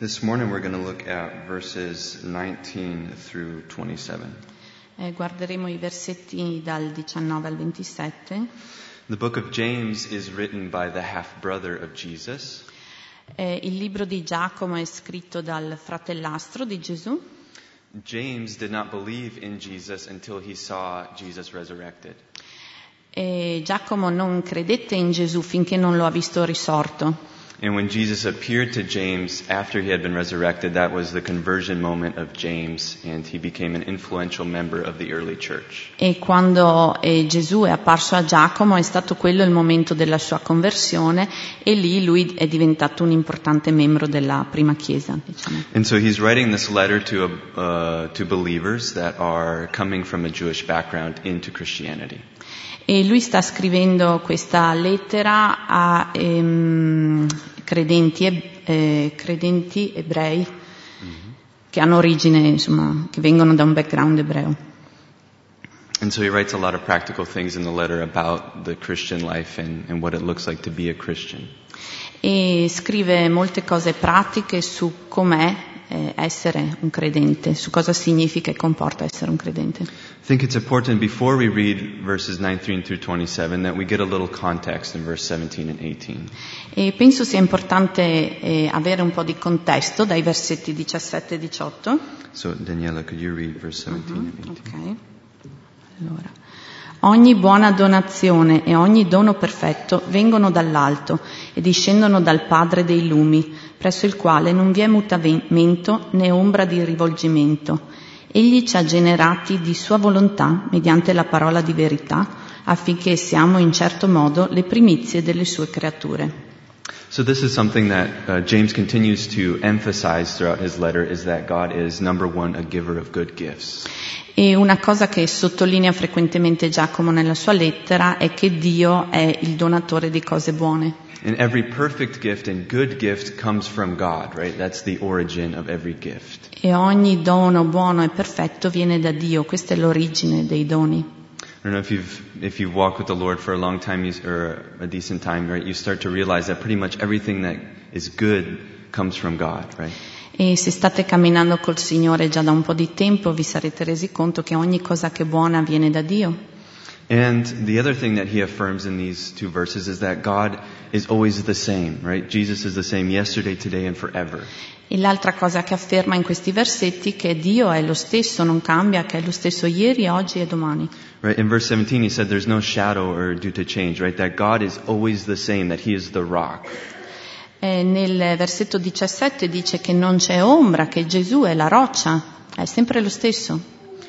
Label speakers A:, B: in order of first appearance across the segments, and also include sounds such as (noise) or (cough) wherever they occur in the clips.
A: This morning we're going to look at verses 19 through 27.
B: Eh, guarderemo i versetti dal 19 al 27.
A: The book of James is written by the half brother of Jesus,
B: Eh, il libro di Giacomo è scritto dal fratellastro di Gesù.
A: James did not believe in Jesus until he saw Jesus resurrected.
B: E Giacomo non credette in Gesù finché non lo ha visto risorto.
A: And when Jesus appeared to James after he had been resurrected, that was the conversion moment of James, and he became an influential member of the early church.
B: E quando eh, Gesù è apparso a Giacomo è stato quello il momento della sua conversione e lì lui è diventato un importante membro della prima chiesa. Diciamo.
A: And so he's writing this letter to, uh, to believers that are coming from a Jewish background into Christianity.
B: E lui sta scrivendo questa lettera a ehm, credenti, e- eh, credenti ebrei che hanno origine, insomma, che vengono da un background ebreo.
A: And so he writes a lot of practical things in the letter about the Christian life and, and what it looks like to be a Christian.
B: E scrive molte cose pratiche su com'è eh, essere un credente, su cosa significa e comporta essere un credente.
A: I think it's important before we read verses 19 through 27 that we get a little context in verse 17 and 18.
B: E penso sia importante eh, avere un po' di contesto dai versetti 17 e 18.
A: So Daniela, could you read verse 17 and
B: Mm-hmm.
A: 18?
B: Ok. Allora. Ogni buona donazione e ogni dono perfetto vengono dall'alto e discendono dal Padre dei Lumi, presso il quale non vi è mutamento né ombra di rivolgimento. Egli ci ha generati di sua volontà mediante la parola di verità, affinché siamo in certo modo le primizie delle sue creature.
A: So this is something that uh, James continues to emphasize throughout his letter is that God is number one a giver of good gifts.
B: E una cosa che sottolinea frequentemente Giacomo nella sua lettera è che Dio è il donatore di cose buone.
A: And every perfect gift and good gift comes from God, right? That's the origin of every gift.
B: E ogni dono buono e perfetto viene da Dio, questa è l'origine dei doni.
A: I don't know if you've if you've walked with the Lord for a long time you, s- or a decent time, right? You start to realize that pretty much everything that is good comes from God, right?
B: E se state camminando col Signore già da un po' di tempo vi sarete resi conto che ogni cosa che è buona viene da Dio.
A: And the other thing that he affirms in these two verses is that God is always the same, right? Jesus is the same yesterday, today, and forever.
B: E l'altra cosa che afferma in questi versetti è che Dio è lo stesso, non cambia, che è lo stesso ieri, oggi e domani.
A: Right? In verse 17, he said there's no shadow or due to change, right? That God is always the same, that he is the rock.
B: E nel versetto 17 dice che non c'è ombra, che Gesù è la roccia, è sempre lo stesso.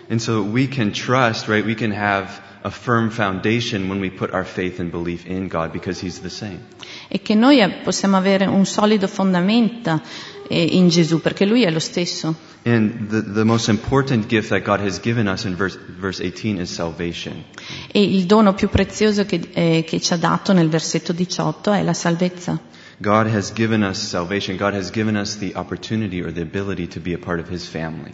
A: And so we can trust, right? We can have a firm foundation when we put our faith and belief in God because he's the same.
B: E che noi eh, possiamo avere un solido fondamento eh, in Gesù, perché Lui è lo stesso.
A: And the, the most important gift that God has given us in verse, verse 18 is salvation.
B: E il dono più prezioso che, eh, che ci ha dato nel versetto 18 è la salvezza.
A: God has given us salvation. God has given us the opportunity or the ability to be a part of His family.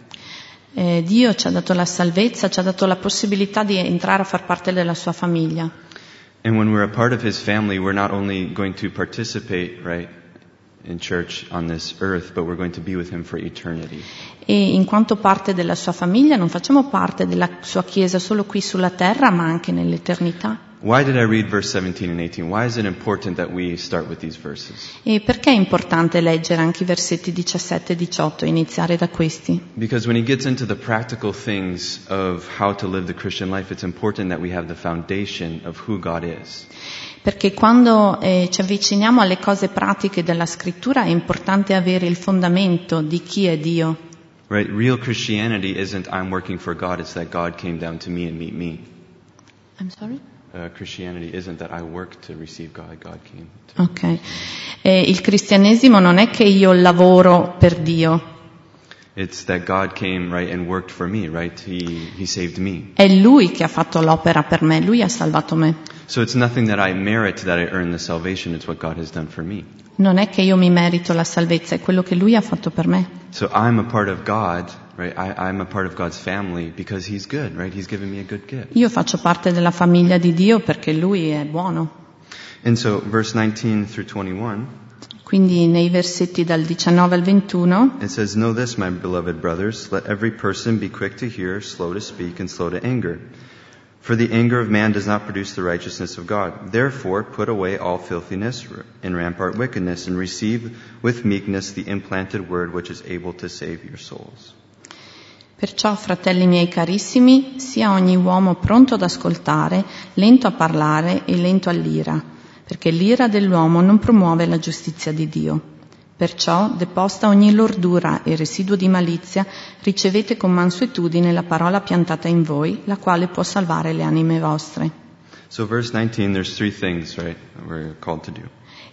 B: Eh, Dio ci ha dato la salvezza, ci ha dato la possibilità di entrare a far parte della sua famiglia.
A: And when we're a part of His family, we're not only going to participate, right, in church on this earth, but we're going to be with Him for eternity.
B: E in quanto parte della sua famiglia non facciamo parte della sua Chiesa solo qui sulla terra, ma anche nell'eternità.
A: Why did I read verse 17 and 18? Why is it important that we start with these verses?
B: E perché è importante leggere anche i versetti 17 e 18, iniziare da questi?
A: Because when he gets into the practical things of how to live the Christian life, it's important that we have the foundation of who God is.
B: Perché quando eh, ci avviciniamo alle cose pratiche della scrittura è importante avere il fondamento di chi è Dio,
A: Right? Real Christianity isn't I'm working for God, it's that God came down to me and meet me.
B: I'm sorry?
A: Uh, Christianity isn't that I work to receive God, God came. To.
B: Ok. Eh, il cristianesimo non è che io lavoro per Dio,
A: It's that God came, right, and worked for me, right? He, he saved me.
B: è Lui che ha fatto l'opera per me, Lui ha salvato me.
A: So it's nothing that I merit that I earn the salvation, it's what God has done for me.
B: Non è che io mi merito la salvezza, è quello che Lui ha fatto per me.
A: So I'm a part of God, right? I, I'm a part of God's family because He's good, right? He's given me a good gift.
B: Io faccio parte della famiglia di Dio perché Lui è buono.
A: And so verse 19 through 21,
B: Quindi nei versetti dal 19 al 21
A: It says, Know this, my beloved brothers, let every person be quick to hear, slow to speak, and slow to anger. For the anger of man does not produce the righteousness of God. Therefore, put away all filthiness and rampart wickedness, and receive with meekness the implanted word which is able to save your souls.
B: Perciò, fratelli miei carissimi, sia ogni uomo pronto ad ascoltare, lento a parlare e lento all'ira, perché l'ira dell'uomo non promuove la giustizia di Dio. Perciò, deposta ogni lordura e residuo di malizia, ricevete con mansuetudine la parola piantata in voi, la quale può salvare le anime vostre.
A: So, verse 19, there's three things, right, that we're called to do.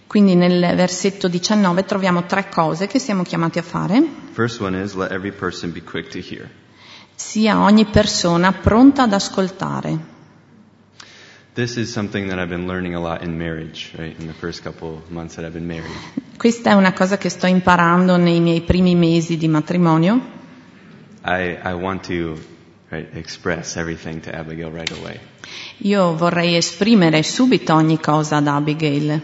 B: Quindi nel versetto 19 troviamo tre cose che siamo chiamati a fare.
A: First one is, Let every person be quick to hear.
B: Sia ogni persona pronta ad ascoltare.
A: This is something that I've been learning a lot in marriage, right, in the first couple of months that I've been married.
B: Questa è una cosa che sto imparando nei miei primi mesi di matrimonio.
A: I, I want to right, express everything to Abigail right away.
B: Io vorrei esprimere subito ogni cosa ad Abigail.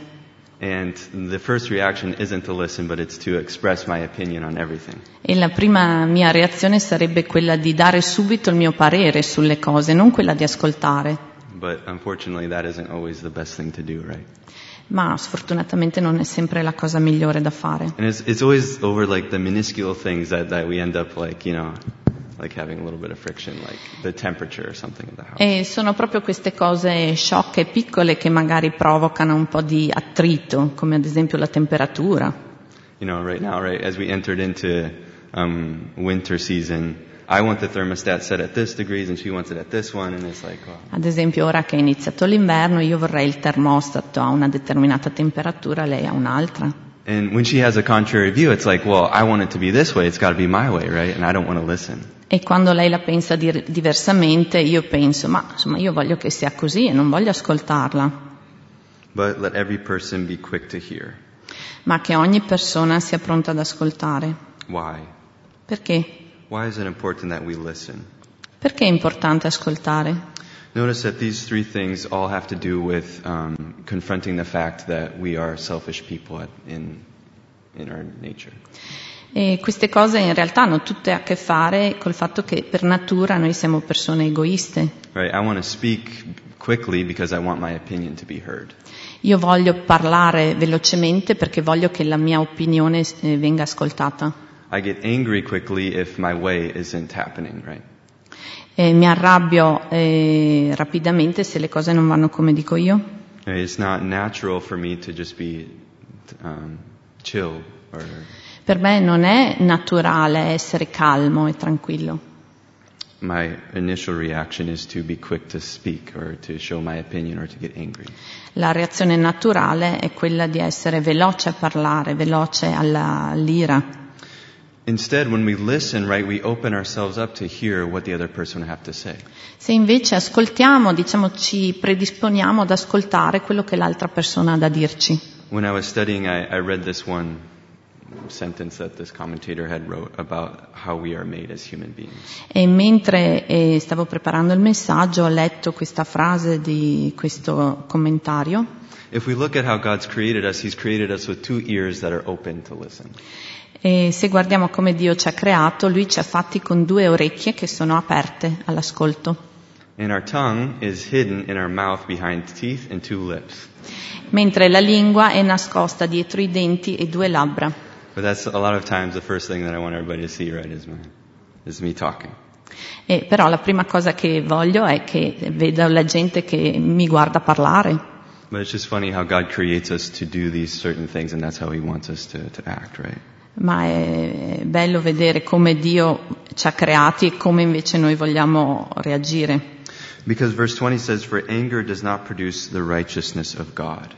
A: And the first reaction isn't to listen, but it's to express my opinion on everything.
B: E la prima mia reazione sarebbe quella di dare subito il mio parere sulle cose, non quella di ascoltare.
A: But unfortunately, that isn't always the best thing to do, right?
B: Ma sfortunatamente non è sempre la cosa migliore da fare.
A: And it's, it's always over like the minuscule things that, that we end up like, you know, like having a little bit of friction, like the temperature or something of the house.
B: E sono proprio queste cose sciocche e piccole che magari provocano un po' di attrito, come ad esempio la temperatura.
A: You know, right now, right, as we entered into um, winter season, I want the thermostat set at this degrees and she wants it at this one, and it's like, oh, well,
B: Ad esempio ora che è iniziato l'inverno io vorrei il termostato a una determinata temperatura, lei a un'altra.
A: And when she has a contrary view, it's like, well, I want it to be this way, it's gotta be my way, right? And I don't want to listen.
B: E quando lei la pensa dir- diversamente io penso, ma insomma io voglio che sia così e non voglio ascoltarla,
A: But let every person be quick to hear.
B: ma che ogni persona sia pronta ad ascoltare.
A: Why?
B: Perché?
A: Why is it important that we listen?
B: Perché è importante ascoltare?
A: Notice that these three things all have to do with um, confronting the fact that we are selfish people at, in, in our nature.
B: E queste cose in realtà hanno tutte a che fare col fatto che per natura noi siamo persone egoiste.
A: Right? I want to speak quickly because I want my opinion to be heard.
B: Io voglio parlare velocemente perché voglio che la mia opinione eh, venga ascoltata.
A: I get angry quickly if my way isn't happening, right?
B: E mi arrabbio eh, rapidamente se le cose non vanno come dico io.
A: Right? It's not natural for me to just be um, chill or
B: Per me non è naturale essere calmo e tranquillo.
A: my initial reaction is to be quick to speak or to show my opinion or to get angry.
B: La reazione naturale è quella di essere veloce a parlare, veloce alla- all'ira.
A: Instead, when we listen, right, we open ourselves up to hear what the other person would have to say.
B: Se invece ascoltiamo, diciamo ci predisponiamo ad ascoltare quello che l'altra persona ha da dirci.
A: When I was studying, I, I read this one sentence that this commentator had wrote about how we are made as human beings.
B: E mentre eh, stavo preparando il messaggio ho letto questa frase di questo commentario.
A: If we look at how God's created us, He's created us with two ears that are open to listen.
B: E se guardiamo come Dio ci ha creato, Lui ci ha fatti con due orecchie che sono aperte all'ascolto,
A: And our tongue is hidden in our mouth behind teeth and two lips.
B: mentre la lingua è nascosta dietro i denti e due labbra.
A: But that's a lot of times the first thing that I want everybody to see, right, is my, is me talking.
B: E però la prima cosa che voglio è che veda la gente che mi guarda parlare.
A: But it's just funny how God creates us to do these certain things and that's how He wants us to, to act, right?
B: Ma è bello vedere come Dio ci ha creati e come invece noi vogliamo reagire.
A: Because verse 20 says, For anger does not produce the righteousness of God.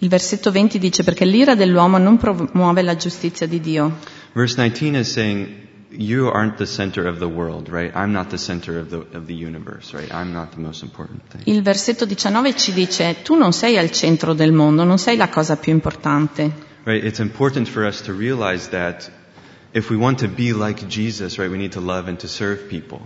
B: Il versetto 20 dice perché l'ira dell'uomo non promuove la giustizia di Dio.
A: Verse 19 is saying, You aren't the center of the world, right? I'm not the center of the, of the universe, right? I'm not the most important thing.
B: Il versetto 19 ci dice tu non sei al centro del mondo, non sei la cosa più importante.
A: Right? It's important for us to realize that if we want to be like Jesus, right, we need to love and to serve people.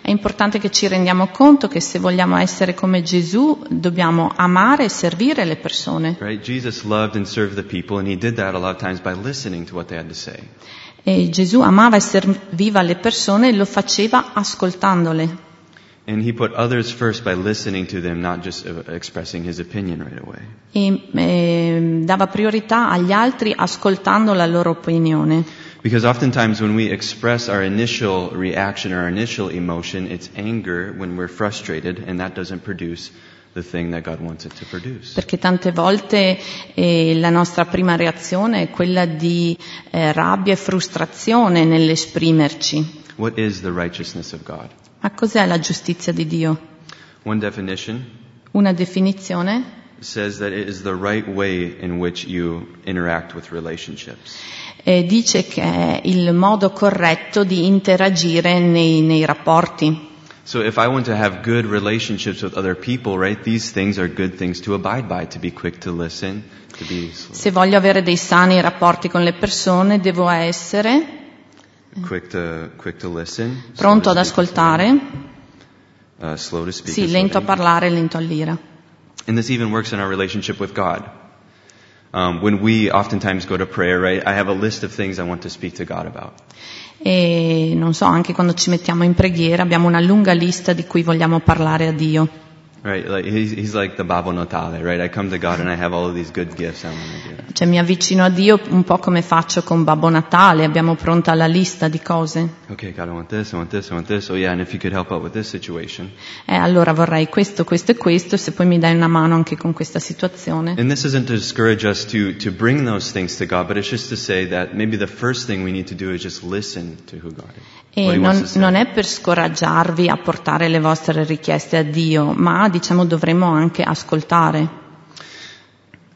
B: È importante che ci rendiamo conto che se vogliamo essere come Gesù dobbiamo amare e servire le persone.
A: Right? Jesus loved and served the people, and he did that a lot of times by listening to what they had to say.
B: E Gesù amava e serviva le persone e lo faceva ascoltandole.
A: And he put others first by listening to them, not just uh, expressing his opinion right away.
B: E eh, dava priorità agli altri ascoltando la loro opinione.
A: Because oftentimes when we express our initial reaction or our initial emotion, it's anger when we're frustrated, and that doesn't produce the thing that God wants it to produce.
B: Perché tante volte eh, la nostra prima reazione è quella di eh, rabbia e frustrazione nell'esprimerci.
A: What is the righteousness of God?
B: Ma cos'è la giustizia di Dio?
A: One definition
B: Una definizione?
A: says that it is the right way in which you interact with relationships.
B: eh, dice che è il modo corretto di interagire nei, nei rapporti.
A: So if I want to have good relationships with other people, right, these things are good things to abide by, to be quick to listen, to be slow,
B: Se voglio avere dei sani rapporti con le persone, devo essere
A: quick to quick to listen, slow
B: pronto
A: to
B: ad
A: speak,
B: ascoltare,
A: uh, slow to speak.
B: sì,
A: and slow to
B: lento a
A: anger.
B: parlare, lento all'ira.
A: And this even works in our relationship with God. Um, when we oftentimes go to prayer, right, I have a list of things I want to speak to God about.
B: E non so, anche quando ci mettiamo in preghiera abbiamo una lunga lista di cui vogliamo parlare a Dio.
A: Right, like he's, he's like the Babbo Natale, right? I come to God and I have all of these good gifts I want to give.
B: Cioè mi avvicino a Dio un po' come faccio con Babbo Natale, abbiamo pronta la lista di cose.
A: Okay, God, I want this, I want this, I want this. Oh yeah, and if you could help out with this situation.
B: Eh, allora vorrei questo, questo e questo, se poi mi dai una mano anche con questa situazione.
A: And this isn't to discourage us to, to bring those things to God, but it's just to say that maybe the first thing we need to do is just listen to who God is. what
B: E
A: he wants us
B: non,
A: to
B: non
A: say.
B: è per scoraggiarvi a portare le vostre richieste a Dio, ma diciamo dovremmo anche ascoltare.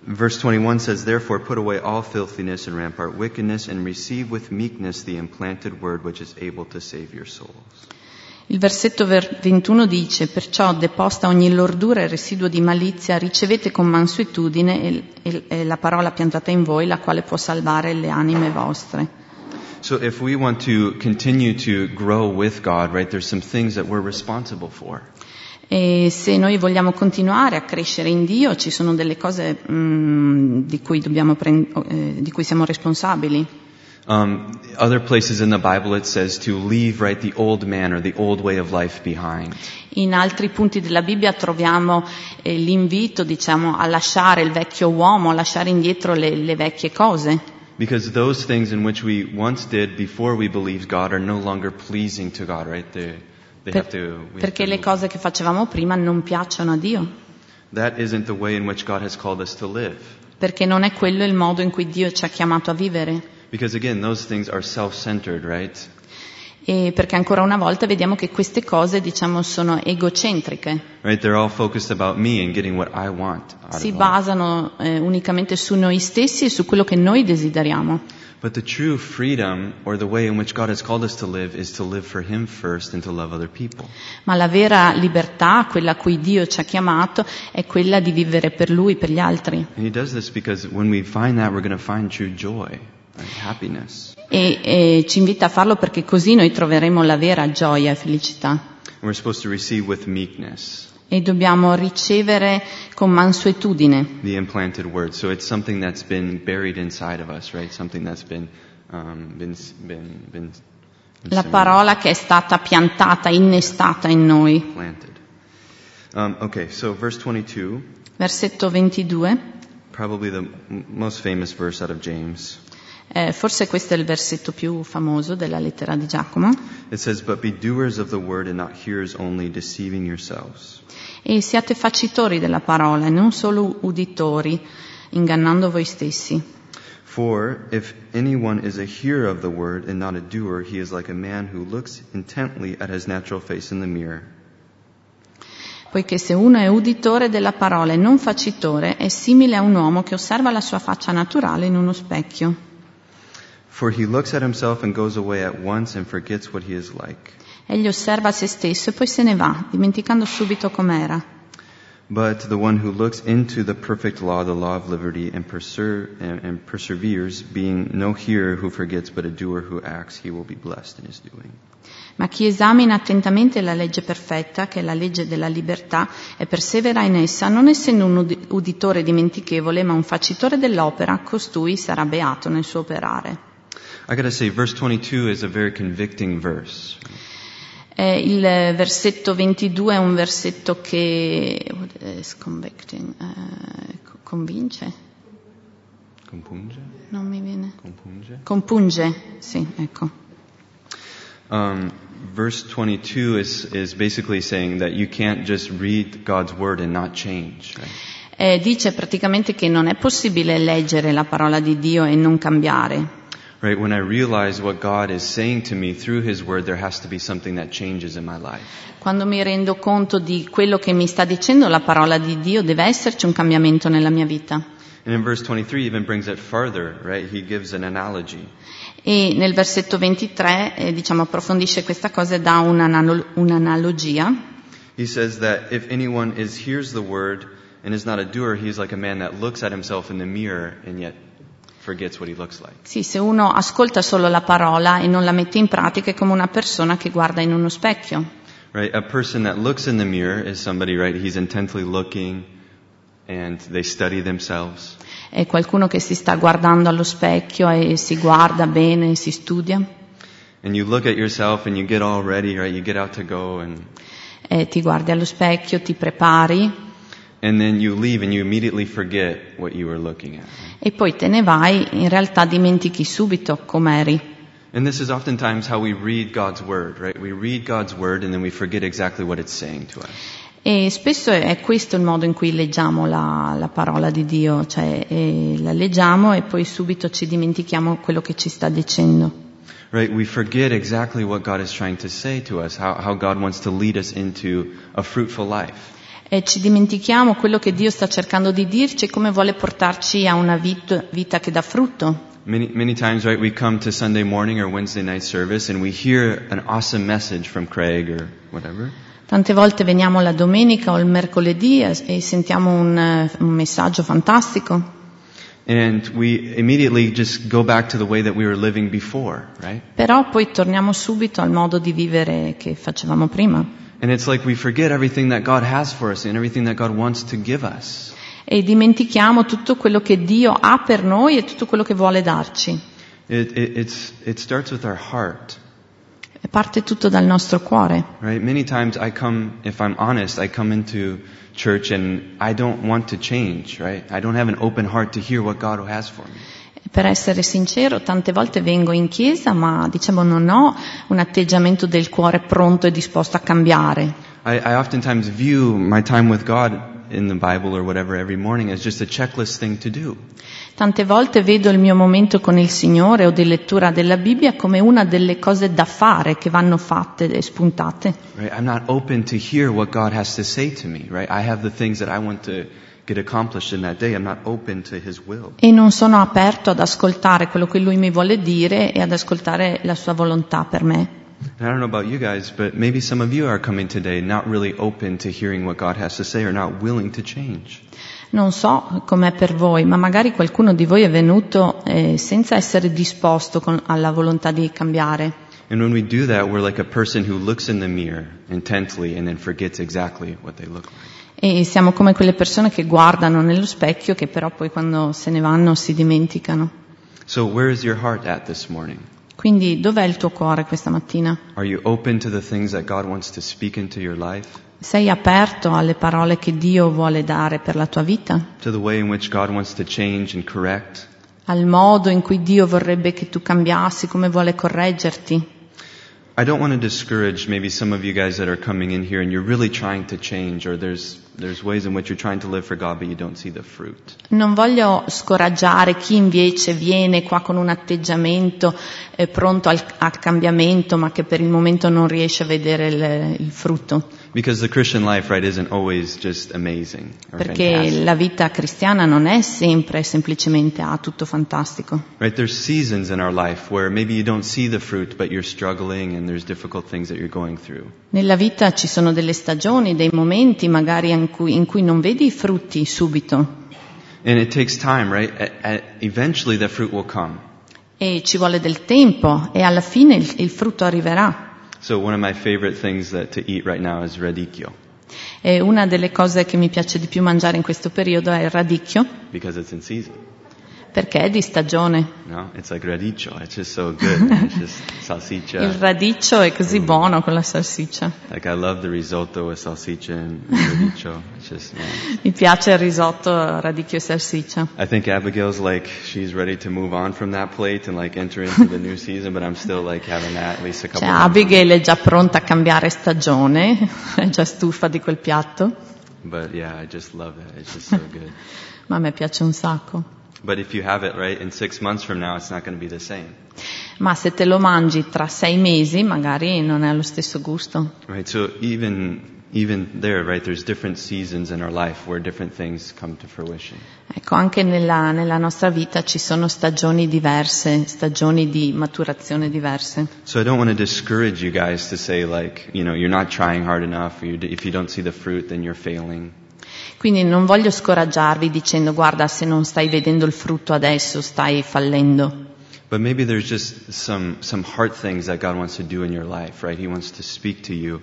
A: Verse 21 says, Therefore put away all filthiness and rampart wickedness and receive with meekness the implanted word which is able to save your souls.
B: Il versetto ver- 21 dice, perciò deposta ogni lordura e residuo di malizia, ricevete con mansuetudine il- il- eh, la parola piantata in voi, la quale può salvare le anime vostre.
A: So if we want to continue to grow with God, right, there's some things that we're responsible for.
B: E se noi vogliamo continuare a crescere in Dio, ci sono delle cose mm, di, cui dobbiamo pren- eh, di cui siamo responsabili.
A: Um, other places in the Bible it says to leave, right, the old man or the old way of life behind.
B: In altri punti della Bibbia troviamo eh, l'invito diciamo, a lasciare il vecchio uomo, a lasciare indietro le, le vecchie cose,
A: Because those things in which we once did before we believed God are no longer pleasing to God, right? They, they
B: Per-
A: have to. We have
B: perché
A: to
B: le
A: move.
B: cose che facevamo prima non piacciono a Dio,
A: That isn't the way in which God has called us to live.
B: perché non è quello il modo in cui Dio ci ha chiamato a vivere.
A: Because again, those things are self-centered, right?
B: E perché ancora una volta vediamo che queste cose diciamo, sono egocentriche,
A: Right? They're all focused about me and getting what I want out
B: si
A: of life.
B: basano eh, unicamente su noi stessi e su quello che noi desideriamo.
A: But the true freedom or the way in which God has called us to live is to live for Him first and to love other people.
B: Ma la vera libertà, quella a cui Dio ci ha chiamato, è quella di vivere per Lui, per gli altri.
A: And He does this because when we find that, we're going to find true joy, right? happiness.
B: E, e ci invita a farlo perché così noi troveremo la vera gioia e felicità.
A: And we're supposed to receive with meekness.
B: E dobbiamo ricevere con mansuetudine.
A: the implanted word. So it's something that's been buried inside of us, right? Something that's been um, been been been
B: La parola che è stata piantata, innestata in noi.
A: planted. Um, okay, so verse 22,
B: Versetto 22.
A: probably the m- most famous verse out of James.
B: Eh, forse questo è il versetto più famoso della lettera di Giacomo.
A: It says, "But be doers of the word and not hearers only, deceiving yourselves."
B: E siate facitori della parola e non solo uditori, ingannando voi stessi.
A: For if anyone is a hearer of the word and not a doer, he is like a man who looks intently at his natural face in the mirror.
B: Poiché se uno è uditore della parola e non facitore, è simile a un uomo che osserva la sua faccia naturale in uno specchio.
A: For he looks at himself and goes away at once and forgets what he is like.
B: Egli osserva se stesso e poi se ne va, dimenticando subito com'era.
A: But the one who looks into the perfect law, the law of liberty, and, perser- and, and perseveres, being no hearer who forgets, but a doer who acts, he will be blessed in his doing.
B: Ma chi esamina attentamente la legge perfetta, che è la legge della libertà, e persevera in essa, non essendo un udi- uditore dimentichevole, ma un facitore dell'opera, costui sarà beato nel suo operare.
A: I gotta say, verse 22 is a very convicting verse.
B: Eh, il versetto 22 è un versetto che what is convicting, eh, co- convince,
A: Compunge?
B: non mi viene.
A: Compunge?
B: Compunge, sì, ecco.
A: Um, verse 22 is, is basically saying that you can't just read God's word and not change. Right?
B: Eh, dice praticamente che non è possibile leggere la parola di Dio e non cambiare.
A: Right, when I realize what God is saying to me through His Word, there has to be something that changes in my life.
B: Quando mi rendo conto di quello che mi sta dicendo la parola di Dio, deve esserci un cambiamento nella mia vita.
A: And in verse 23 even brings it farther, right? He gives an analogy.
B: E nel versetto 23, eh, diciamo, approfondisce questa cosa e dà un'analo- un'analogia.
A: He says that if anyone is hears the word and is not a doer, he is like a man that looks at himself in the mirror and yet forgets what he looks like.
B: Sì, se uno ascolta solo la parola e non la mette in pratica è come una persona che guarda in uno specchio.
A: Right? A person that looks in the mirror is somebody, right? He's intently looking and they study themselves.
B: È qualcuno che si sta guardando allo specchio e si guarda bene, si studia.
A: And you look at yourself and you get all ready, right? You get out to go and
B: Eh, ti guardi allo specchio, ti prepari
A: and then you leave and you immediately forget what you were looking at.
B: e poi te ne vai, in realtà dimentichi subito com'eri.
A: And this is oftentimes how we read God's word, right? We read God's word and then we forget exactly what it's saying to us.
B: E spesso è è questo il modo in cui leggiamo la, la parola di Dio, cioè eh, la leggiamo e poi subito ci dimentichiamo quello che ci sta dicendo.
A: Right? We forget exactly what God is trying to say to us, how, how God wants to lead us into a fruitful life.
B: E ci dimentichiamo quello che Dio sta cercando di dirci e come vuole portarci a una vit- vita che dà frutto.
A: Many, many times, right, we come to Sunday morning or Wednesday night service and we hear an awesome message from Craig or whatever.
B: Tante volte veniamo la domenica o il mercoledì e e sentiamo un, eh, un messaggio fantastico.
A: And we immediately just go back to the way that we were living before, right?
B: Però poi torniamo subito al modo di vivere che facevamo prima
A: And it's like we forget everything that God has for us and everything that God wants to give us.
B: e dimentichiamo tutto quello che Dio ha per noi e tutto quello che vuole darci.
A: It, it, it's, it starts with our heart,
B: E Parte tutto dal nostro cuore.
A: right? Many times I come, if I'm honest, I come into church and I don't want to change, right? I don't have an open heart to hear what God has for me.
B: E Per essere sincero, tante volte vengo in chiesa, ma diciamo non ho un atteggiamento del cuore pronto e disposto a cambiare.
A: I, I oftentimes view my time with God in the Bible or whatever every morning as just a checklist thing to do.
B: Tante volte vedo il mio momento con il Signore o di lettura della Bibbia come una delle cose da fare che vanno fatte e spuntate.
A: Right? I'm not open to hear what God has to say to me, right? I have the things that I want to get accomplished in that day. I'm not open to His will.
B: e non sono aperto ad ascoltare quello che lui mi vuole dire e ad ascoltare la sua volontà per me.
A: And I don't know about you guys, but maybe some of you are coming today not really open to hearing what God has to say or not willing to change.
B: Non so com'è per voi, ma magari qualcuno di voi è venuto eh, senza essere disposto con- alla volontà di cambiare.
A: And when we do that, we're like a person who looks in the mirror intently and then forgets exactly what they look like.
B: E siamo come quelle persone che guardano nello specchio che però poi quando se ne vanno si dimenticano.
A: So where is your heart at this morning?
B: Quindi dov'è il tuo cuore questa mattina?
A: Are you open to the things that God wants to speak into your life?
B: Sei aperto alle parole che Dio vuole dare per la tua vita?
A: To the way in which God wants to change and correct?
B: Al modo in cui Dio vorrebbe che tu cambiassi, come vuole correggerti?
A: I don't want to discourage maybe some of you guys that are coming in here and you're really trying to change or there's, there's ways in which you're trying to live for God but you don't see the fruit.
B: Non voglio scoraggiare chi invece viene qua con un atteggiamento eh, pronto al, al cambiamento, ma che per il momento non riesce a vedere il, il frutto,
A: Because the Christian life, right, isn't always just amazing or
B: perché
A: fantastic.
B: la vita cristiana non è sempre semplicemente ah, tutto fantastico.
A: Right, there's seasons in our life where maybe you don't see the fruit, but you're struggling and there's difficult things that you're going through.
B: Nella vita ci sono delle stagioni, dei momenti magari an- in cui, in cui non vedi i frutti subito
A: And it takes time, right? A- a- Eventually, that fruit will come.
B: e ci vuole del tempo e alla fine il, il frutto arriverà.
A: So one of my favorite things that to eat right now is radicchio
B: E una delle cose che mi piace di più mangiare in questo periodo è il radicchio
A: because it's in season.
B: perché è di stagione.
A: No, it's like radicchio. It's just so good. man. it's just
B: Il
A: salsicha.
B: radicchio è così buono con la salsiccia.
A: Like I love the risotto with salsicha and radicchio. It's just. Man.
B: Mi piace il risotto radicchio e salsiccia.
A: I think Abigail's like she's ready to move on from that plate and like enter into the new season, but I'm still like having that at least a couple.
B: Cioè,
A: times.
B: Abigail è già pronta a cambiare stagione, (laughs) è già stufa di quel piatto,
A: But yeah, I just love it. It's just so good.
B: ma a me piace un sacco.
A: But if you have it right, in six months from now, it's not going to be the same,
B: Ma se te lo mangi tra sei mesi magari non è lo stesso gusto.
A: right? So even even there, right? There's different seasons in our life where different things come to fruition.
B: Ecco, anche nella, nella nostra vita ci sono stagioni diverse, stagioni di maturazione diverse.
A: So I don't want to discourage you guys to say like, you know, you're not trying hard enough. Or you, if you don't see the fruit, then you're failing.
B: Quindi non voglio scoraggiarvi dicendo guarda se non stai vedendo il frutto adesso stai fallendo.
A: But maybe there's just some, some heart things that God wants to do in your life, right? He wants to speak to you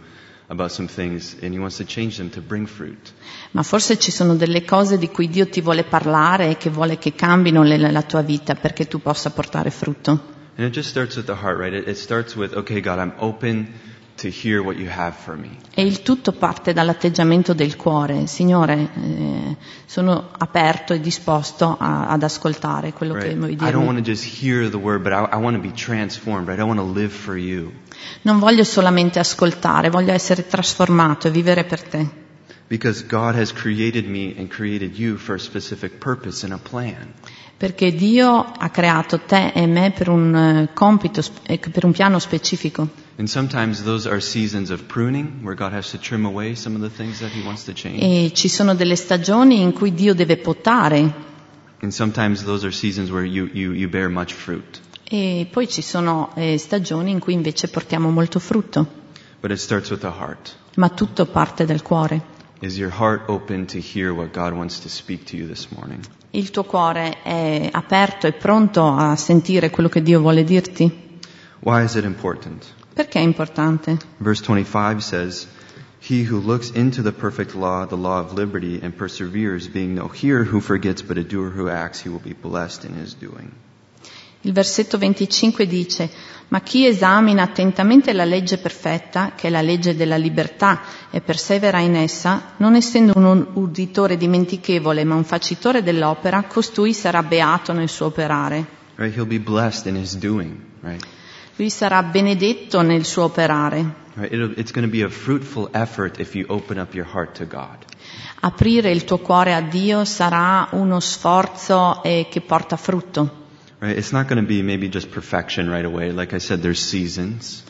A: about some things and He wants to change them to bring fruit.
B: Ma forse ci sono delle cose di cui Dio ti vuole parlare e che vuole che cambino le- la tua vita perché tu possa portare frutto.
A: And it just starts with the heart, right? It, it starts with, okay, God, I'm open to hear what you have for me.
B: E il tutto parte dall'atteggiamento del cuore. Signore, eh, sono aperto e disposto a- ad ascoltare quello
A: Right?
B: che vuoi
A: I don't
B: dirmi.
A: want to just hear the word, but I, I want to be transformed, right? I want to live for you.
B: Non voglio solamente ascoltare, voglio essere trasformato e vivere per te.
A: Because God has created me and created you for a specific purpose and a plan.
B: Perché Dio ha creato te e me per un eh, compito, sp- eh, per un piano specifico.
A: And sometimes those are seasons of pruning where God has to trim away some of the things that He wants to change.
B: E ci sono delle stagioni in cui Dio deve potare
A: And sometimes those are seasons where you, you, you bear much fruit.
B: e poi ci sono eh, stagioni in cui invece portiamo molto frutto.
A: But it starts with the heart.
B: Ma tutto parte dal cuore.
A: Is your heart open to hear what God wants to speak to you this morning?
B: Il tuo cuore è aperto e pronto a sentire quello che Dio vuole dirti?
A: Why is it important?
B: Perché è importante?
A: Verse 25 says, He who looks into the perfect law, the law of liberty, and perseveres, being no hearer who forgets, but a doer who acts, he will be blessed in his doing.
B: Il versetto 25 dice, ma chi esamina attentamente la legge perfetta, che è la legge della libertà, e persevera in essa, non essendo un uditore dimentichevole, ma un facitore dell'opera, costui sarà beato nel suo operare.
A: Right? He'll be blessed in his doing, right?
B: Lui sarà benedetto nel suo operare.
A: right? It'll, it's going to be a fruitful effort if you open up your heart to God.
B: Aprire il tuo cuore a Dio sarà uno sforzo eh, che porta frutto.
A: Right? It's not going to be maybe just perfection right away. Like I said, there's seasons.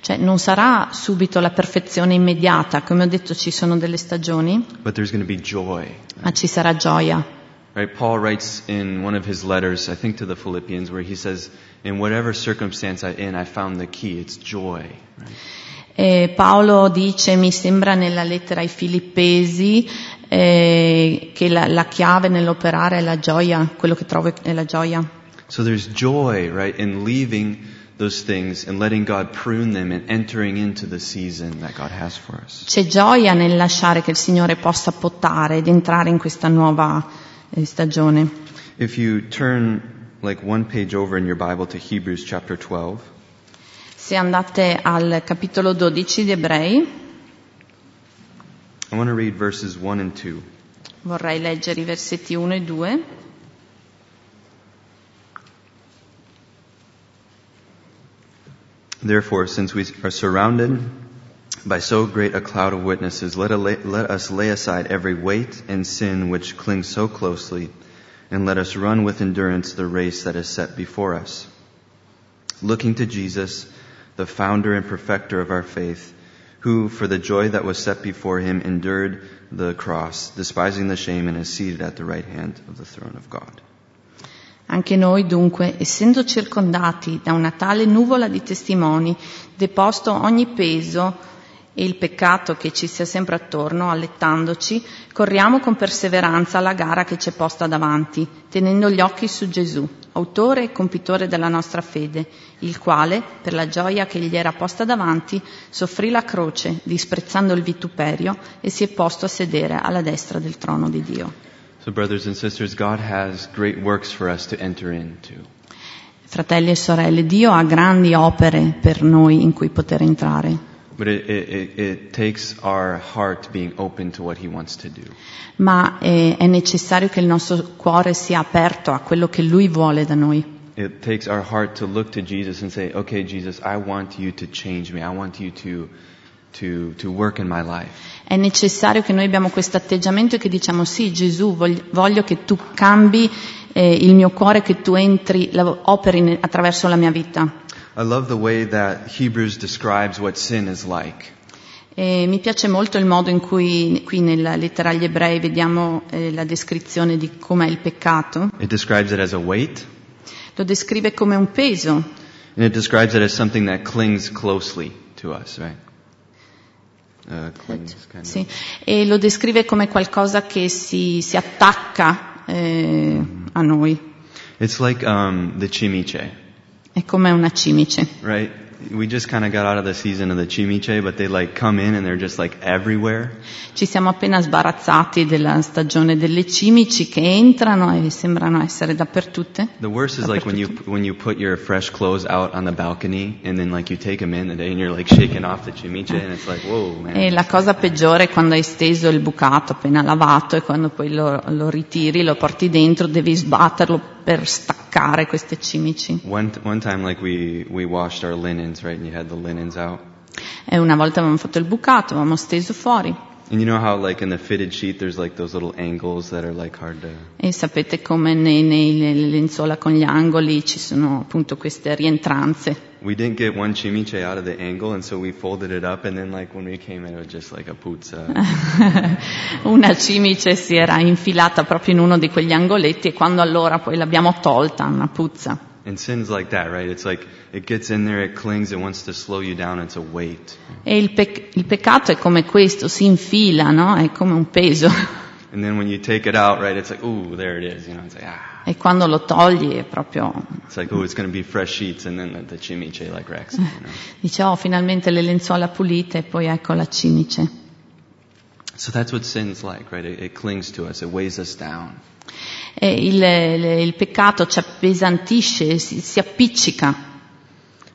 B: Cioè non sarà subito la perfezione immediata, come ho detto ci sono delle stagioni,
A: But there's going to be joy.
B: ma ci sarà gioia.
A: Right? Paul writes in one of his letters, I think to the Philippians, where he says, "In whatever circumstance I in, I found the key. It's joy." Right?
B: Eh, Paolo dice, mi sembra nella lettera ai Filippesi, eh, che la, la chiave nell'operare è la gioia, quello che trovo è la gioia.
A: So there's joy, right, in leaving those things and letting God prune them and entering into the season that God has for us.
B: C'è gioia nel lasciare che il Signore possa potare ed entrare in questa nuova eh, stagione.
A: If you turn like one page over in your Bible to Hebrews chapter 12,
B: Se andate al capitolo 12 di Ebrei,
A: I want to read verses 1 and 2.
B: vorrei leggere i versetti 1 e 2.
A: Therefore, since we are surrounded by so great a cloud of witnesses, let, a lay, let us lay aside every weight and sin which clings so closely, and let us run with endurance the race that is set before us. Looking to Jesus, the founder and perfecter of our faith, who, for the joy that was set before him, endured the cross, despising the shame, and is seated at the right hand of the throne of God.
B: Anche noi dunque, essendo circondati da una tale nuvola di testimoni, deposto ogni peso e il peccato che ci sia sempre attorno, allettandoci, corriamo con perseveranza alla gara che c'è posta davanti, tenendo gli occhi su Gesù, autore e compitore della nostra fede, il quale, per la gioia che gli era posta davanti, soffrì la croce, disprezzando il vituperio, e si è posto a sedere alla destra del trono di Dio.
A: So, brothers and sisters, God has great works for us to enter into.
B: Fratelli e sorelle, Dio ha grandi opere per noi in cui poter entrare.
A: But it, it, it, it takes our heart being open to what He wants to do.
B: ma eh, è necessario che il nostro cuore sia aperto a quello che Lui vuole da noi.
A: It takes our heart to look to Jesus and say, okay, Jesus, I want you to change me. I want you to, to, to work in my life.
B: È necessario che noi abbiamo questo atteggiamento e che diciamo sì Gesù, vog- voglio che tu cambi eh, il mio cuore, che tu entri, la- operi ne- attraverso la mia vita.
A: I love the way that Hebrews describes what sin is like.
B: E mi piace molto il modo in cui qui nella lettera agli ebrei vediamo eh, la descrizione di com'è il peccato.
A: It describes it as a weight,
B: Lo descrive come un peso
A: and it describes it as something that clings closely to us, right? Uh, clings, kind of.
B: Sì, e lo descrive come qualcosa che si, si attacca eh, a noi,
A: It's like um, the chimiche,
B: è come una cimice.
A: right? We just kind of got out of the season of the chimiche, but they like come in and they're just like everywhere.
B: Ci siamo appena sbarazzati della stagione delle cimici che entrano e sembrano essere dappertutto.
A: The worst is like when you when you put your fresh clothes out on the balcony and then like you take them in the day and you're like shaking off the chimiche and it's like whoa
B: E
A: man.
B: la cosa peggiore è quando hai steso il bucato appena lavato e quando poi lo, lo ritiri, lo porti dentro, devi sbatterlo per staccare queste cimici.
A: One one time like we we washed our linens right and you had the linens out
B: E una volta avevamo fatto il bucato, avevamo steso fuori.
A: and you know how like in the fitted sheet there's like those little angles that are like hard to
B: E sapete come nei, nei- nelle lenzuola con gli angoli ci sono appunto queste rientranze. (laughs)
A: we didn't get one chimiche out of the angle and so we folded it up and then like when we came in it was just like a puzza
B: Una cimice si era infilata proprio in uno di quegli angoletti e quando allora poi l'abbiamo tolta, una puzza.
A: and sin's like that right it's like it gets in there it clings it wants to slow you down it's a weight
B: E il, pec- il peccato è come questo, si infila, no? È come un peso. (laughs)
A: and then when you take it out right it's like ooh there it is you know it's like ah
B: E quando lo togli è proprio...
A: It's like, oh, it's going to be fresh sheets, and then the, the chimiche like wrecks. it, You know?
B: Dice, oh, finalmente le lenzuola pulite e poi ecco la cimice.
A: So that's what sin's like, right? It, it clings to us, it weighs us down.
B: E il, il- il peccato ci appesantisce, si- si appiccica.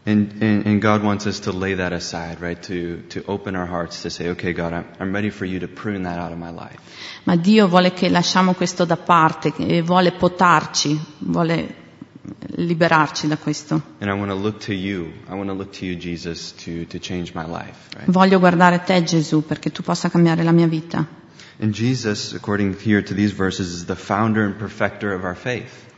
A: And, and, and God wants us to lay that aside, right? To, to open our hearts to say, okay, God, I'm, I'm ready for you to prune that out of my life.
B: Ma Dio vuole che lasciamo questo da parte, che vuole potarci, vuole liberarci da questo.
A: And I want to look to you. I want to look to you, Jesus, to, to change my life, right?
B: Voglio guardare te Gesù perché tu possa cambiare la mia vita.
A: And Jesus, according here to these verses, is the founder and perfecter of our faith.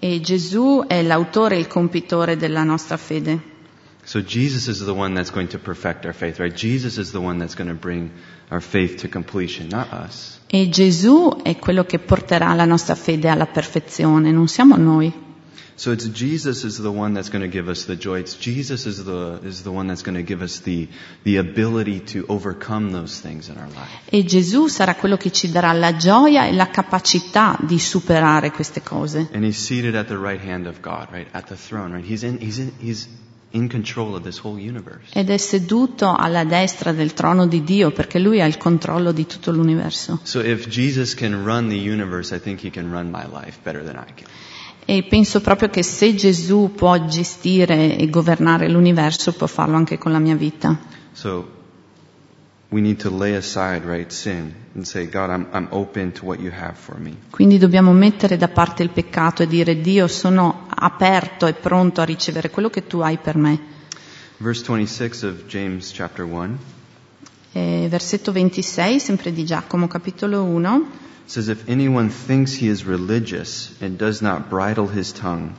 B: E Gesù è l'autore e il compitore della nostra fede.
A: So Jesus is the one that's going to perfect our faith, right? Jesus is the one that's going to bring our faith to completion, not us.
B: E Gesù è quello che porterà la nostra fede alla perfezione, non siamo noi.
A: So it's Jesus is the one that's going to give us the joy. It's Jesus is the is the one that's going to give us the the ability to overcome those things in our life.
B: E Gesù sarà quello che ci darà la gioia e la capacità di superare queste cose.
A: And he's seated at the right hand of God, right at the throne, right. He's in he's in he's in control of this whole universe.
B: Ed è seduto alla destra del trono di Dio perché lui ha il controllo di tutto l'universo.
A: So if Jesus can run the universe, I think he can run my life better than I can.
B: E penso proprio che se Gesù può gestire e governare l'universo, può farlo anche con la mia vita.
A: So we need to lay aside right sin and say, God, I'm I'm open to what you have for me.
B: Quindi dobbiamo mettere da parte il peccato e dire Dio sono aperto e pronto a ricevere quello che tu hai per me.
A: Verse 26 of James chapter 1.
B: Eh, versetto 26, sempre di Giacomo, capitolo 1.
A: says if anyone thinks he is religious and does not bridle his tongue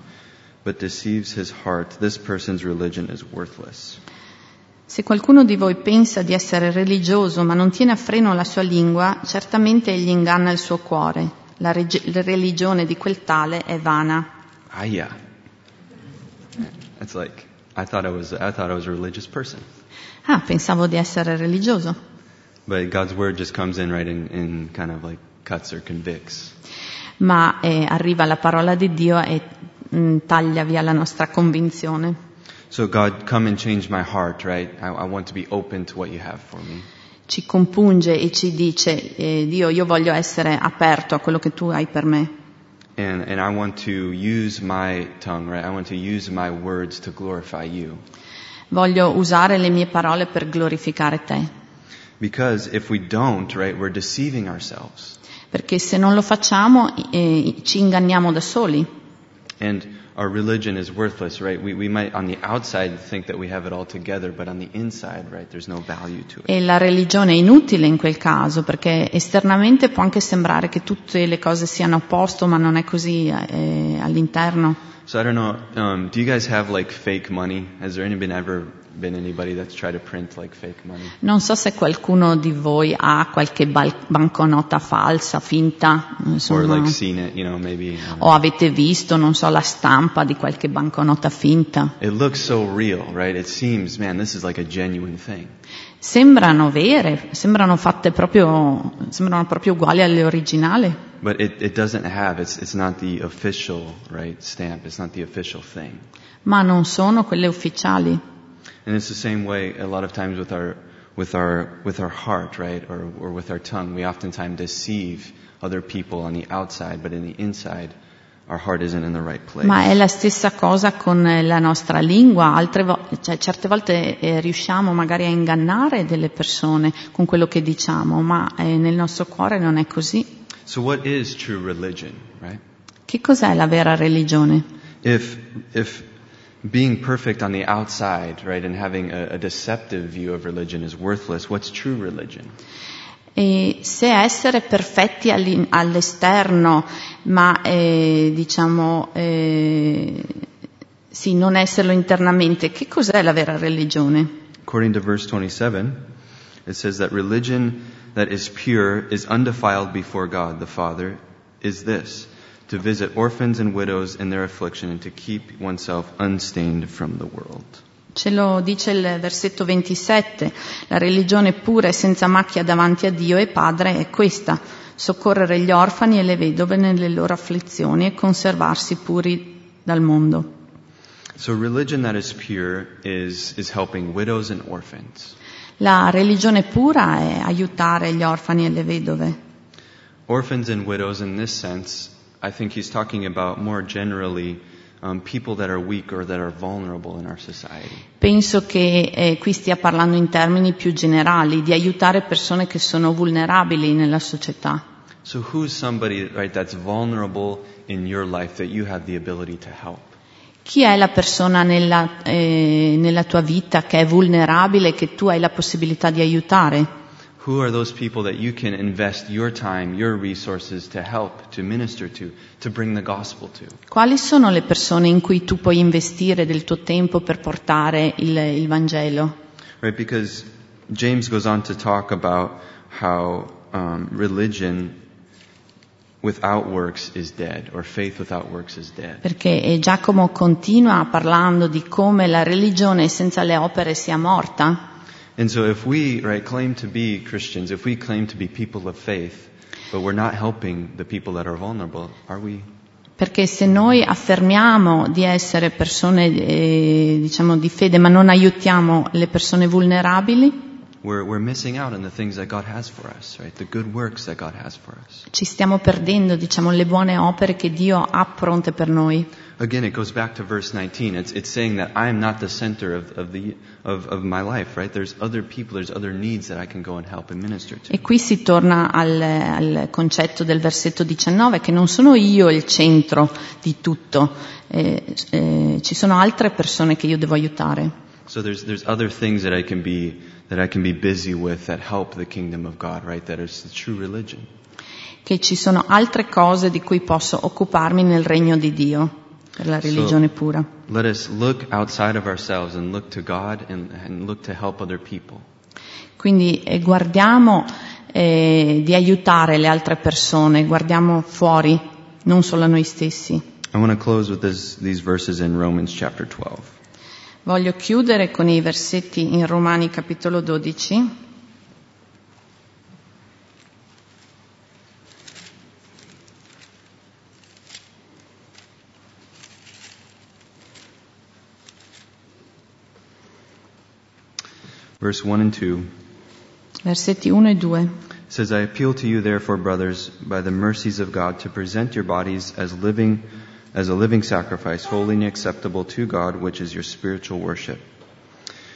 A: but deceives his heart this person's religion is worthless
B: Se qualcuno di voi pensa di essere religioso ma non tiene a freno la sua lingua, certamente egli inganna il suo cuore. La, reg- la religione di quel tale è vana.
A: ah yeah it's like I thought I was, I thought I was a religious person.
B: Ah, pensavo di essere religioso.
A: But God's word just comes in right in, in kind of like cuts or convicts.
B: ma eh, arriva la parola di Dio e mm, taglia via la nostra convinzione.
A: So God, come and change my heart, right? I, I want to be open to what you have for me.
B: Ci compunge e ci dice, eh, Dio, io voglio essere aperto a quello che tu hai per me
A: And, and I want to use my tongue, right? I want to use my words to glorify you.
B: voglio usare le mie parole per glorificare te,
A: Because if we don't, right, we're deceiving ourselves.
B: perché se non lo facciamo eh, ci inganniamo da soli
A: And our religion is worthless, right? We, we might on the outside think that we have it all together, but on the inside, right, there's no value to it.
B: e la religione è inutile in quel caso, perché esternamente può anche sembrare che tutte le cose siano a posto, ma non è così eh, all'interno.
A: So I don't know, um, do you guys have like fake money? Has there any been ever been anybody that's tried to print like fake money?
B: Non so se qualcuno di voi ha qualche bal- banconota falsa, finta,
A: Or
B: insomma,
A: like seen it, you know, maybe. I don't know.
B: o avete visto, non so, la stampa di qualche banconota finta.
A: It looks so real, right? It seems, man, this is like a genuine thing.
B: Sembrano vere, sembrano fatte proprio, sembrano proprio uguali alle originali,
A: But it, it doesn't have, it's, it's not the official, right, stamp. It's not the official thing.
B: ma non sono quelle ufficiali.
A: And it's the same way a lot of times with our with our with our heart, right, or or with our tongue. We oftentimes deceive other people on the outside, but in the inside, our heart isn't in the right place.
B: Ma è la stessa cosa con eh, la nostra lingua, Altre vo- cioè, certe volte eh, riusciamo magari a ingannare delle persone con quello che diciamo, ma eh, nel nostro cuore non è così.
A: So what is true religion, right?
B: Che cos'è la vera religione?
A: If if being perfect on the outside, right, and having a, a deceptive view of religion is worthless, what's true religion?
B: E se essere perfetti all'in- all'esterno, ma eh, diciamo eh, sì, non esserlo internamente, che cos'è la vera religione?
A: According to verse 27, it says that religion that is pure is undefiled before God the Father is this to visit orphans and widows in their affliction and to keep oneself unstained from the world.
B: Ce lo dice il versetto 27, la religione pura e senza macchia davanti a Dio e Padre è questa, soccorrere gli orfani e le vedove nelle loro afflizioni e conservarsi puri dal mondo.
A: So religion that is pure is is helping widows and orphans.
B: La religione pura è aiutare gli orfani e le vedove.
A: Orphans and widows in this sense, I think he's talking about more generally um, people that are weak or that are vulnerable in our society.
B: Penso che eh, qui stia parlando in termini più generali, di aiutare persone che sono vulnerabili nella società.
A: So who's somebody, right, that's vulnerable in your life that you have the ability to help?
B: Chi è la persona nella, eh, nella tua vita che è vulnerabile, che tu hai la possibilità di aiutare?
A: Who are those people that you can invest your time, your resources to help, to minister to, to bring the gospel to?
B: Quali sono le persone in cui tu puoi investire del tuo tempo per portare il, il Vangelo?
A: Right, because James goes on to talk about how um, religion without works is dead, or faith without works is dead.
B: Perché eh, Giacomo continua parlando di come la religione senza le opere sia morta.
A: And so if we, right, claim to be Christians, if we claim to be people of faith, but we're not helping the people that are vulnerable, are we
B: Perché se noi affermiamo di essere persone eh, diciamo di fede ma non aiutiamo le persone vulnerabili,
A: We're, we're missing out on the things that God has for us, right? The good works that God has for us.
B: ci stiamo perdendo diciamo, le buone opere che Dio ha pronte per noi.
A: Again, it goes back to verse 19. It's, it's saying that I am not the center of, of, the, of, of my life, right? There's other people, there's other needs that I can go and help and minister to.
B: E qui si torna al, al concetto del versetto 19, che non sono io il centro di tutto, eh, eh, ci sono altre persone che io devo aiutare.
A: So there's, there's other things that I can be, that I can be busy with that help the kingdom of God, right? That is the true religion.
B: Che ci sono altre cose di cui posso occuparmi nel regno di Dio, per la religione pura.
A: Let us look outside of ourselves and look to God and, and look to help other people.
B: Quindi eh, guardiamo eh, di aiutare le altre persone, guardiamo fuori, non solo a noi stessi.
A: I want to close with this, these verses in Romans chapter 12.
B: Voglio chiudere con i versetti in Romani capitolo 12.
A: Verse 1 and 2
B: Versetti 1 e 2.
A: It says, I appeal to you therefore, brothers, by the mercies of God, to present your bodies as living, as a living sacrifice, holy and acceptable to God, which is your spiritual worship.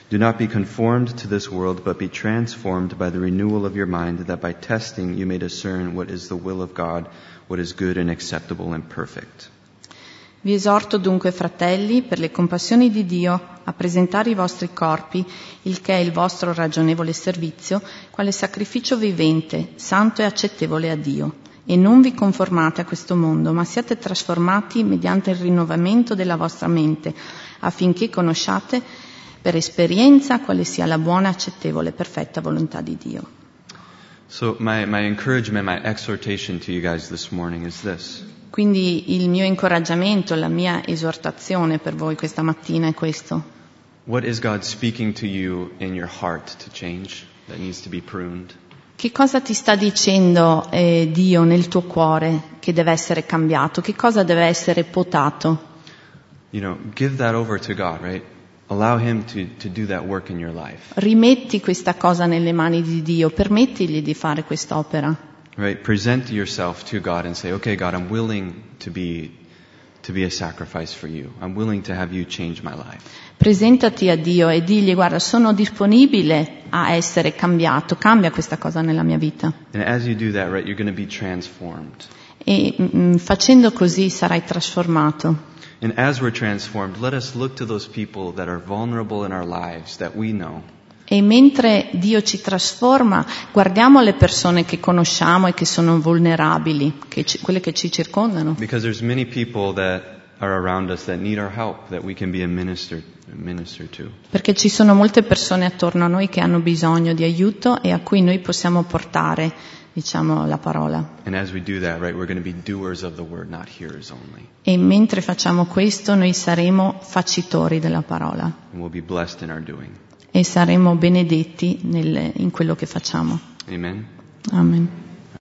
A: Do not be conformed to this world, but be transformed by the renewal of your mind, that by testing you may discern what is the will of God, what is good and acceptable and perfect.
B: Vi esorto dunque, fratelli, per le compassioni di Dio, a presentare i vostri corpi, il che è il vostro ragionevole servizio, quale sacrificio vivente, santo e accettevole a Dio. E non vi conformate a questo mondo, ma siate trasformati mediante il rinnovamento della vostra mente, affinché conosciate per esperienza quale sia la buona, accettevole e perfetta volontà di Dio.
A: So my, my encouragement, my exhortation to you guys this morning is this.
B: Quindi il mio incoraggiamento, la mia esortazione per voi questa mattina è questo.
A: What is God speaking to you in your heart to change that needs to be pruned?
B: Che cosa ti sta dicendo eh, Dio nel tuo cuore che deve essere cambiato? Che cosa deve essere potato?
A: You know, give that over to God, right? Allow Him to, to do that work in your life,
B: Rimetti questa cosa nelle mani di Dio, permettigli di fare quest'opera.
A: right? Present yourself to God and say, okay, God, I'm willing to be, to be a sacrifice for you. I'm willing to have you change my life.
B: Presentati a Dio e digli guarda, sono disponibile a essere cambiato, cambia questa cosa nella mia vita.
A: And as you do that, right, you're going to be transformed.
B: E mm, facendo così sarai trasformato.
A: And as we're transformed, let us look to those people that are vulnerable in our lives that we know
B: E mentre Dio ci trasforma, guardiamo alle persone che conosciamo e che sono vulnerabili, che ci- quelle che ci circondano.
A: Because there's many people that are around us that need our help, that we can be a minister, a minister to.
B: Perché ci sono molte persone attorno a noi che hanno bisogno di aiuto e a cui noi possiamo portare, diciamo, la parola.
A: And as we do that, right, we're going to be doers of the word, not hearers only.
B: E mentre facciamo questo noi saremo facitori della parola
A: And we'll be blessed in our doing.
B: e saremo benedetti nel- in quello che facciamo.
A: Amen.
B: Amen.